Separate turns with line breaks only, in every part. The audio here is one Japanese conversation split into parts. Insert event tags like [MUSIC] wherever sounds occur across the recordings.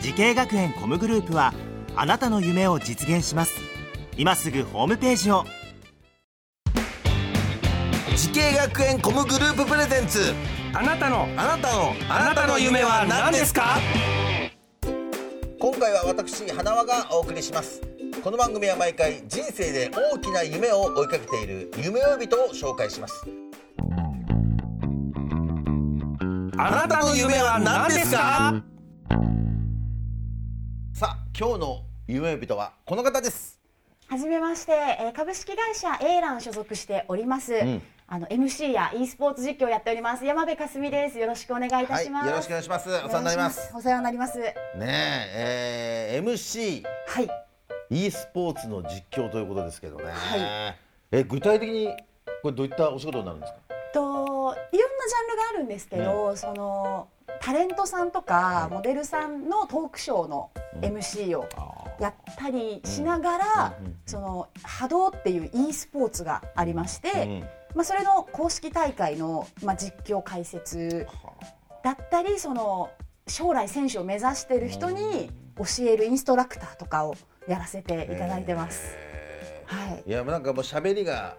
時系学園コムグループはあなたの夢を実現します今すぐホームページを
時系学園コムグループプレゼンツ
あなたの
あなたの
あなたの夢は何ですか
今回は私花輪がお送りしますこの番組は毎回人生で大きな夢を追いかけている夢追い人を紹介します
あなたの夢は何ですか
さあ今日の夢追い人はこの方です
はじめまして、えー株式会社エーラン所属しております。
ん
あの MC や e スポーツ実況をやっております山部かすみです。よろしくお願いいたします。
よろしくお願いしますお世話になります
お世話になります。
ねええー MC
はい。
e スポーツの実況ということですけどね、
はい
え具体的にこれどういったお仕事になるんですか
といろんなジャンルがあるんですけど、そのタレントさんとかモデルさんのトークショーの MC をやったりしながら、その波動っていう e スポーツがありまして、
うん
まあ、それの公式大会の、まあ、実況解説だったりその将来選手を目指している人に教えるインストラクターとかをやらせていただいてます。はい
いやなんかもう喋りが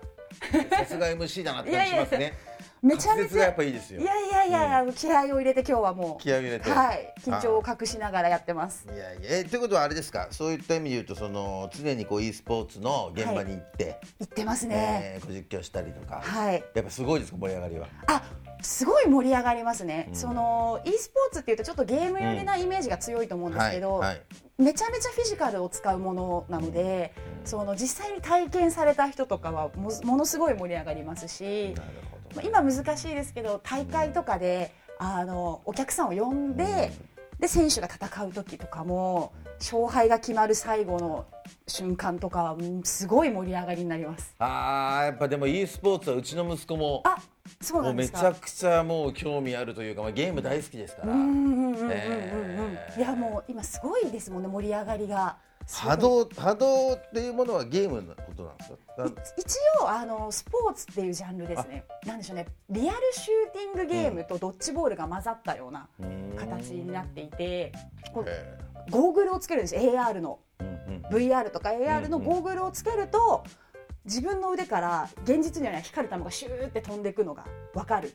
さすが MC だなって感じしますね
[LAUGHS] いやいめちゃめ
滑舌
ち
がや
ゃ
っぱいいですよ
いやいやいや、気合を入れて今日はもう
気合を入れて
はい、緊張を隠しながらやってます。
いやいやえということはあれですかそういった意味で言うとその常にこう e スポーツの現場に行って、
行ってますね。
えー、ご実況したりとか、
はい。
やっぱすごいですか盛り上がりは
あ、すごい盛り上がりますね。その e スポーツっていうとちょっとゲーム寄りなイメージが強いと思うんですけど、
はいはい
めちゃめちゃフィジカルを使うものなので、その実際に体験された人とかはもものすごい盛り上がりますし、
なるほど
まあ今難しいですけど大会とかで、あのお客さんを呼んで、で選手が戦う時とかも勝敗が決まる最後の瞬間とかはうんすごい盛り上がりになります。
あーやっぱでも e スポーツはうちの息子も
あ、そう
も
な
うん
で
め
す
ち
か。
ゃくちゃもう興味あるというか、まあ、ゲーム大好きですから、えー
いやもう今すごいですもんね盛り上がりが。
波動波動っていうものはゲームのことなんですかなん
一応あのスポーツっていうジャンルですね。なんでしょうねリアルシューティングゲームとドッジボールが混ざったような形になっていて、こう
え
ゴーグルをつけるんです AR の
ーうんうん
VR とか AR のゴーグルをつけると自分の腕から現実にはない光る球がシューって飛んでいくのが分かる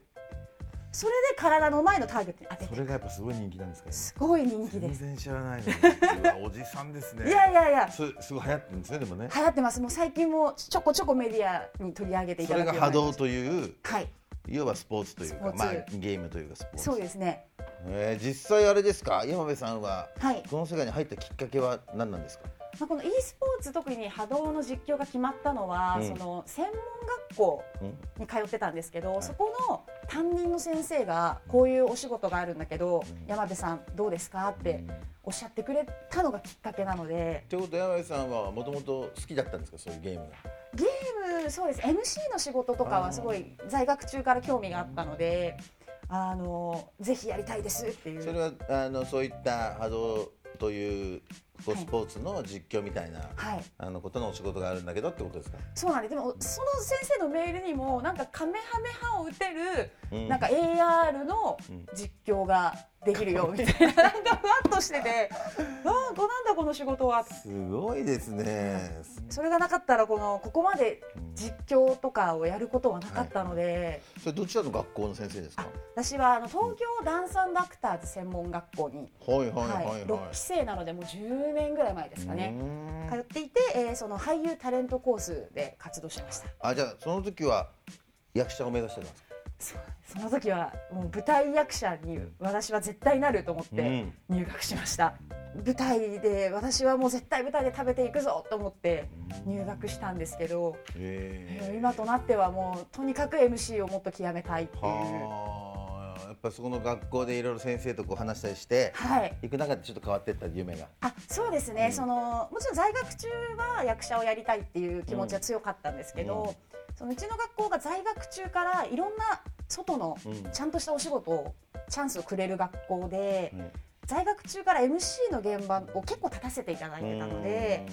それで体の前のターゲットに当て
そ
て
れがやっぱすごい人気なんですかね。
すごい人気で
全
す
然知らない
[LAUGHS]
の。うわおじさんですね。
いやいやいや
すすごい流行ってるんですねでもね。
流行ってますもう最近もちょこちょこメディアに取り上げてい
そ
た
れ
だく
が
ように
波
なりま
動
した
という
はい
要はスポーツという
スポ
か
ーツ
まあゲームというかスポーツ
そうですね
えー、実際あれですか山部さんは、
はい
この世界に入ったきっかけは何なんですか
まあ、この e スポーツ特に波動の実況が決まったのは、
うん
その専門学校に通ってたんですけど、そこの担任の先生がこういうお仕事があるんだけど、山部さんどうですかっておっしゃってくれたのがきっかけなので
ということは山部さんはもともと好きだったんですかそういうゲームが
ゲームそうです MC の仕事とかはすごい在学中から興味があったので。あのぜひやりたいですっていう
それはあのそういった波動というこう
はい
スポーツの実況みたいな、
はい
あのことのお仕事があるんだけどってことですか
そうなんです。でもその先生のメールにもなんかカメハメハを打てる、
うん
なんか AR の実況ができるよみ
[LAUGHS]
たいな、なんかふわっとしてて、なんかなんだこの仕事は。
すごいですね
それがなかったらこのここまで実況とかをやることはなかったので、
それどちらの学校の先生ですか
私はあの東京ダンスアクターズ専門学校に。
はいはいはいは
はい
い、、
6期生なのでもう10年ぐらい前ですかね通っていて、えーその俳優タレントコースで活動してました
あじゃあその時は役者を目指してたんですか
その時はもう舞台役者に私は絶対なると思って入学しました、舞台で私はもう絶対舞台で食べていくぞと思って入学したんですけど、
へ
今となってはもうとにかく MC をもっと極めたいっていう
はやっぱそこの学校でいろいろ先生とこう話したりして、
はい
行く中でちょっと変わってった夢が。
あそうですね、そのもちろん在学中は役者をやりたいっていう気持ちは強かったんですけど、そのうちの学校が在学中からいろんな外の
うん
ちゃんとしたお仕事をチャンスをくれる学校で、
うん
在学中から MC の現場を結構立たせていただいてたので、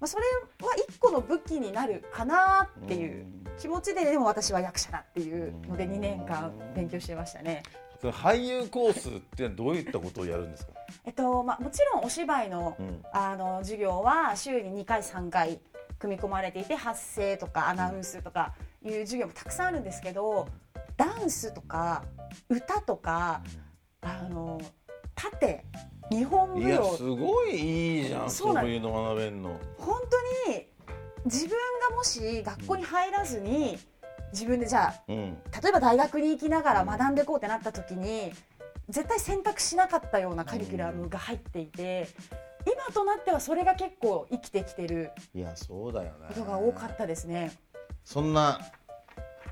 まあ、それは一個の武器になるかなっていう気持ちででも私は役者だっていうので2年間勉強してましたね。
その俳優コースってのはどういったことをやるんですか。
えっとまあ、もちろんお芝居の,、
ん
あの授業は週に2回3回組み込まれていて発声とかアナウンスとかいう授業もたくさんあるんですけどダンスとか歌とかあの盾日本
い
舞
やす
踊
ごいいいじゃん
そう
そ
なん
ういうの学べるの。
本当に自分がもし学校に入らずに自分でじゃあ
うん。
例えば大学に行きながら学んでいこうってなった時に絶対選択しなかったようなカリキュラムが入っていて今となってはそれが結構生きてきてる
いや、そうだよね。
ことが多かったですね。
そんな、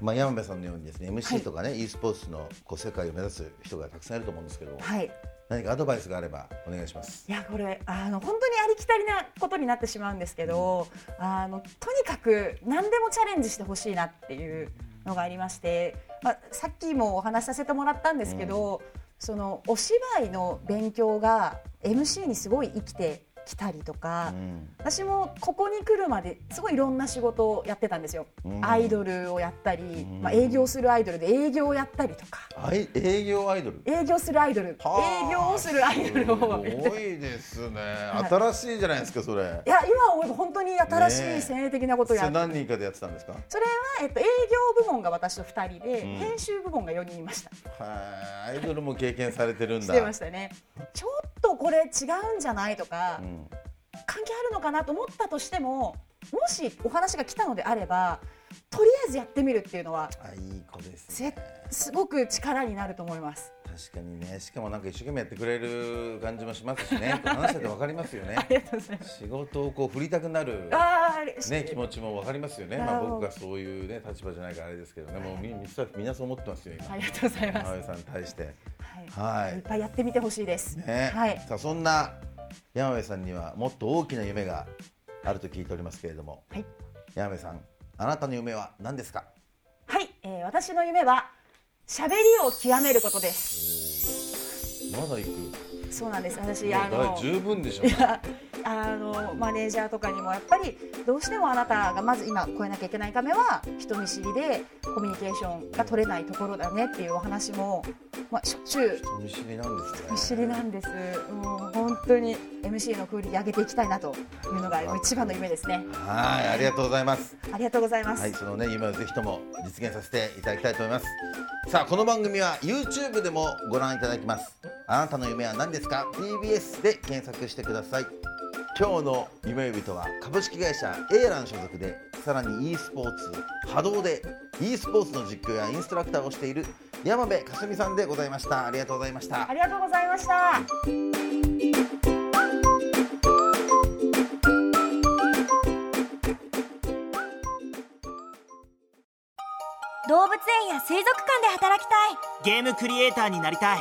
まあ、山部さんのようにですね MC とかね、e スポーツのこう世界を目指す人がたくさんいると思うんですけども、
はい、
何かアドバイスがあればお願いします。
いやこれあの本当にありきたりなことになってしまうんですけど、あのとにかく何でもチャレンジしてほしいなっていうのがありまして、まあ、さっきもお話しさせてもらったんですけど、そのお芝居の勉強が MC にすごい生きてきたりとか。
うん
私もここに来るまですごいいろんな仕事をやってたんですよ、
うん
アイドルをやったり、まあ、営業するアイドルで営業をやったりとか
あい営業アイドル
営業するアイドル営
はあ
業をするアイドルを
すごいですね。新しいじゃないですかそれ
い。や今思えば本当に新し
ねえ
い先鋭的なこ
そ
とをや
れ
っ
何人かでやってたんですか。
それは、えっと、営業部門が私と2人で、編集部門が4人いました
はい。アイドルも経験されてるん
し
だ。
てましたねちょっとこれ違うんじゃないとか、
ん
関係あるのかなと思ったとしてももしお話が来たのであればとりあえずやってみるっていうのは
あいい子です
ぜすごく力になると思います。
確かにねしかもなんか一生懸命やってくれる感じもしますしね話しててわかりますよね
[LAUGHS] ありがとうございます。
仕事をこう振りたくなる
ああ、嬉しい
ね、気持ちもわかりますよね、
なる
まあ、
ほど
僕がそういう、ね、立場じゃないからあれですけどね、もうみみんなみんなそう思ってますよ、今、
ありがとうございます。
井さんに対して。
は。
はい
いっ
い、
ぱいやってみてほしいです。
ね
はい。
さあそんな山部さんにはもっと大きな夢があると聞いておりますけれども、
はい
山部さんあなたの夢は何ですか
はい、えー私の夢は喋りを極めることです。
まだ行く、
そうなんです。私
も
あ
う
の
大十分でしょう、ね、
あのマネージャーとかにもやっぱりどうしてもあなたがまず今越えなきゃいけない壁は人見知りでコミュニケーションが取れないところだねっていうお話もまあしょっちゅう
人見知りなんですね
不思議なんです。もう本当に MC のクオリティ上げていきたいなというのが一番の夢ですね。
はいありがとうございます
ありがとうございます。
はいそのね夢をぜひとも実現させていただきたいと思いますさあこの番組は YouTube でもご覧いただきますあなたの夢は何ですか TBS で検索してください今日の夢呼人は株式会社エーラン所属でさらに e スポーツ波動で e スポーツの実況やインストラクターをしている山部かすみさんでございましたありがとうございました
ありがとうございました。
動物園や水族館で働きたい
ゲームクリエイターになりたい